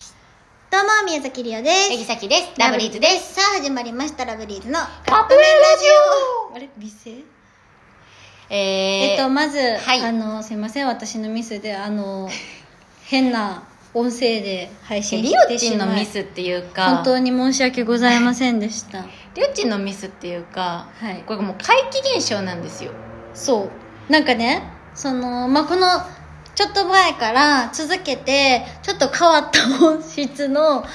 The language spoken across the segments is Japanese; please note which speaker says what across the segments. Speaker 1: どうも宮崎りおです
Speaker 2: えぎさきです。ラブリーズです。
Speaker 1: さあ始まりましたラブリーズの
Speaker 2: カップ麺ラジ
Speaker 1: オあれ美声
Speaker 2: え
Speaker 1: えっとまず、
Speaker 2: はい
Speaker 1: あのすいません私のミスであの変な音声で配信
Speaker 2: リ
Speaker 1: し
Speaker 2: オ
Speaker 1: て
Speaker 2: チ
Speaker 1: し
Speaker 2: ンの
Speaker 1: まい
Speaker 2: ミスっていうか、
Speaker 1: 本当に申し訳ございませんでした
Speaker 2: リオチンのミスっていうか、
Speaker 1: はい
Speaker 2: これもう怪奇現象なんですよ。
Speaker 1: そうなんかねそのまあこのちょっと前から続けてちょっと変わった音質の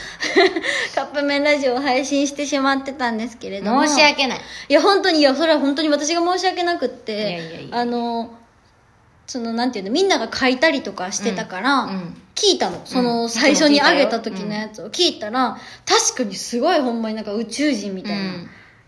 Speaker 1: カップ麺ラジオを配信してしまってたんですけれども
Speaker 2: 申し訳ない。
Speaker 1: いや本当にいやそれは本当に私が申し訳なくって
Speaker 2: いやいやいや
Speaker 1: あのそのなんていうのみんなが書いたりとかしてたから、
Speaker 2: うん。
Speaker 1: 聞いたのその
Speaker 2: うん
Speaker 1: 最初に上げた時のやつを聞いたら、確かにすごいほんまになんか宇宙人みたいな、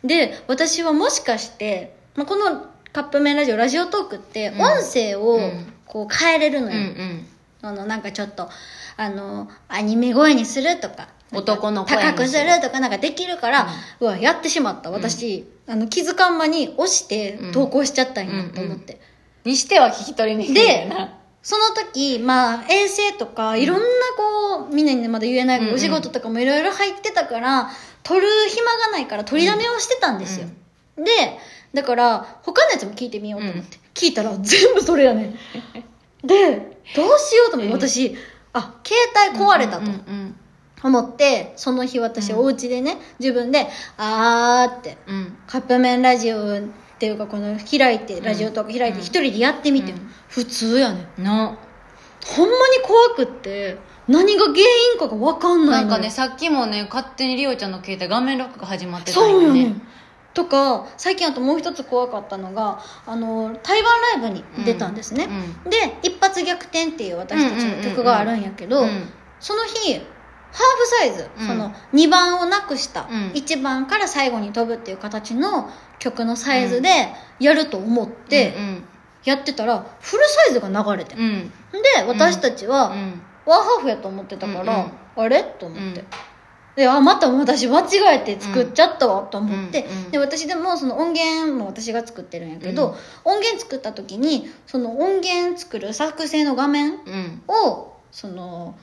Speaker 1: で私はもしかして、まあ、このカップ麺ラジオラジオトークって
Speaker 2: うん
Speaker 1: 音声を
Speaker 2: うん
Speaker 1: こう変えれる
Speaker 2: う
Speaker 1: の
Speaker 2: ん
Speaker 1: よ、
Speaker 2: うん。
Speaker 1: あのなんかちょっとあのアニメ声にするとか
Speaker 2: 男の声にする
Speaker 1: 高くするとかなんかできるから、うわやってしまった私、あの気づかん間に押して
Speaker 2: うん
Speaker 1: 投稿しちゃったんやと思って、
Speaker 2: にしては聞き取りにくいよ
Speaker 1: で
Speaker 2: な。
Speaker 1: その時まあ遠征とかいろんなこうみんなにまだ言えな
Speaker 2: うんう
Speaker 1: い
Speaker 2: ん
Speaker 1: お仕事とかもいろいろ入ってたから撮る暇がないから撮りだめをしてたんですよ、でだから他のやつも聞いてみようと思って、聞いたら全部それや ねんでどうしようと思って私あ携帯壊れたと、
Speaker 2: うんうん
Speaker 1: 思って、その日私
Speaker 2: うん
Speaker 1: お家でね、自分で、あーって、
Speaker 2: うん。うん。
Speaker 1: カップ麺ラジオっていうか、この開いて、ラジオとか開いて
Speaker 2: うん
Speaker 1: 一人でやってみて、
Speaker 2: うん
Speaker 1: 普通やねん。
Speaker 2: の。
Speaker 1: ほんまに怖くって、何が原因かがわかんな
Speaker 2: ない
Speaker 1: のよ
Speaker 2: んかね、さっきもね、勝手にリオちゃんの携帯画面ロックが始まってたん
Speaker 1: そう
Speaker 2: よ
Speaker 1: よ
Speaker 2: ね。
Speaker 1: ね。とか、最近あともう一つ怖かったのが、あの、台湾ライブに出たんですね。
Speaker 2: う
Speaker 1: で、一発逆転っていう私たちの曲があるんやけど、
Speaker 2: うんうん
Speaker 1: その日ハーフサイズ、
Speaker 2: うん
Speaker 1: その2番をなくした、
Speaker 2: うん
Speaker 1: 1番から最後に飛ぶっていう形の曲のサイズでやると思って
Speaker 2: うん
Speaker 1: やってたらフルサイズが流れて、
Speaker 2: うん。うん。
Speaker 1: で私たちは
Speaker 2: う
Speaker 1: ワン
Speaker 2: ん
Speaker 1: ハーフやと思ってたから、
Speaker 2: うん
Speaker 1: あれと思って。
Speaker 2: うん
Speaker 1: であまた私間違えて作っちゃったわと思って、
Speaker 2: うんうん
Speaker 1: で私でもその音源も私が作ってるんやけど、
Speaker 2: うん
Speaker 1: 音源作った時にその音源作る作成の画面
Speaker 2: うん。
Speaker 1: をその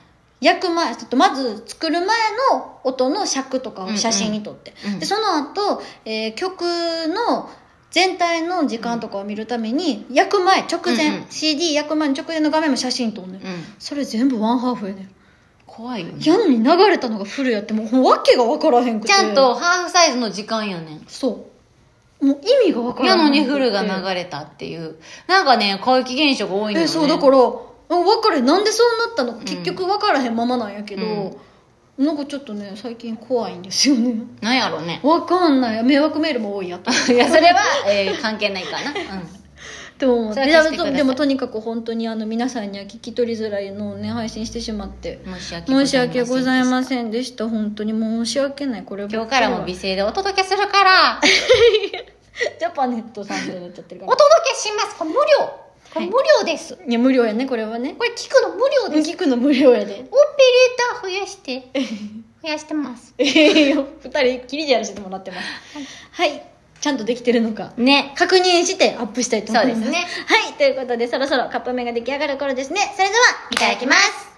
Speaker 1: 焼く前ちょっとまず作る前の音の尺とかを写真に撮って、
Speaker 2: うんうんうん
Speaker 1: でその後、えー曲の全体の時間とかを見るために焼く前直前、
Speaker 2: うんうん
Speaker 1: CD 焼く前の直前の画面も写真撮んね、ん、
Speaker 2: うん。
Speaker 1: それ全部ワンハーフやねん
Speaker 2: 怖いよね。
Speaker 1: やのに流れたのがフルやってもうわけが分からへんくて
Speaker 2: ちゃんとハーフサイズの時間やねん。
Speaker 1: そうもう意味が分からへ
Speaker 2: や
Speaker 1: ん
Speaker 2: のにフルが流れたっていう。なんかね、怪奇現象が多いんだよ
Speaker 1: え
Speaker 2: ね。
Speaker 1: そうだからあ分かれなんでそうなったのか結局分からへんままなんやけど、なんかちょっとね最近怖いんですよね
Speaker 2: なんやろうね。
Speaker 1: 分かんない迷惑メールも多いやと
Speaker 2: いや、それは、えー関係ないかな。う
Speaker 1: でも
Speaker 2: それ
Speaker 1: で
Speaker 2: は消してください
Speaker 1: でもとにかく本当にあの皆さんには聞き取りづらいのをね配信してしまって
Speaker 2: ん。申し訳
Speaker 1: 申し訳ございま
Speaker 2: んでし。
Speaker 1: せんでした本当に申し訳ないこればったかり
Speaker 2: 今
Speaker 1: は
Speaker 2: 日からも美声でお届けするから、
Speaker 1: ジャパネットさんってなっちゃってるか
Speaker 2: お
Speaker 1: ら
Speaker 2: 届けします。これ無料。これ無料です。
Speaker 1: いや無料やねこれはね
Speaker 2: これ聞くの無料です。
Speaker 1: 聞くの無料やで
Speaker 2: オペレーター増 やして、増やしてます。
Speaker 1: ええよ2人きりでやらせてもらってますはい、ちゃんとできてるのか
Speaker 2: ね。
Speaker 1: 確認してアップしたいと思います
Speaker 2: そうですね
Speaker 1: はいということでそろそろカップ麺が出来上がる頃ですねそれではい
Speaker 2: ただきます。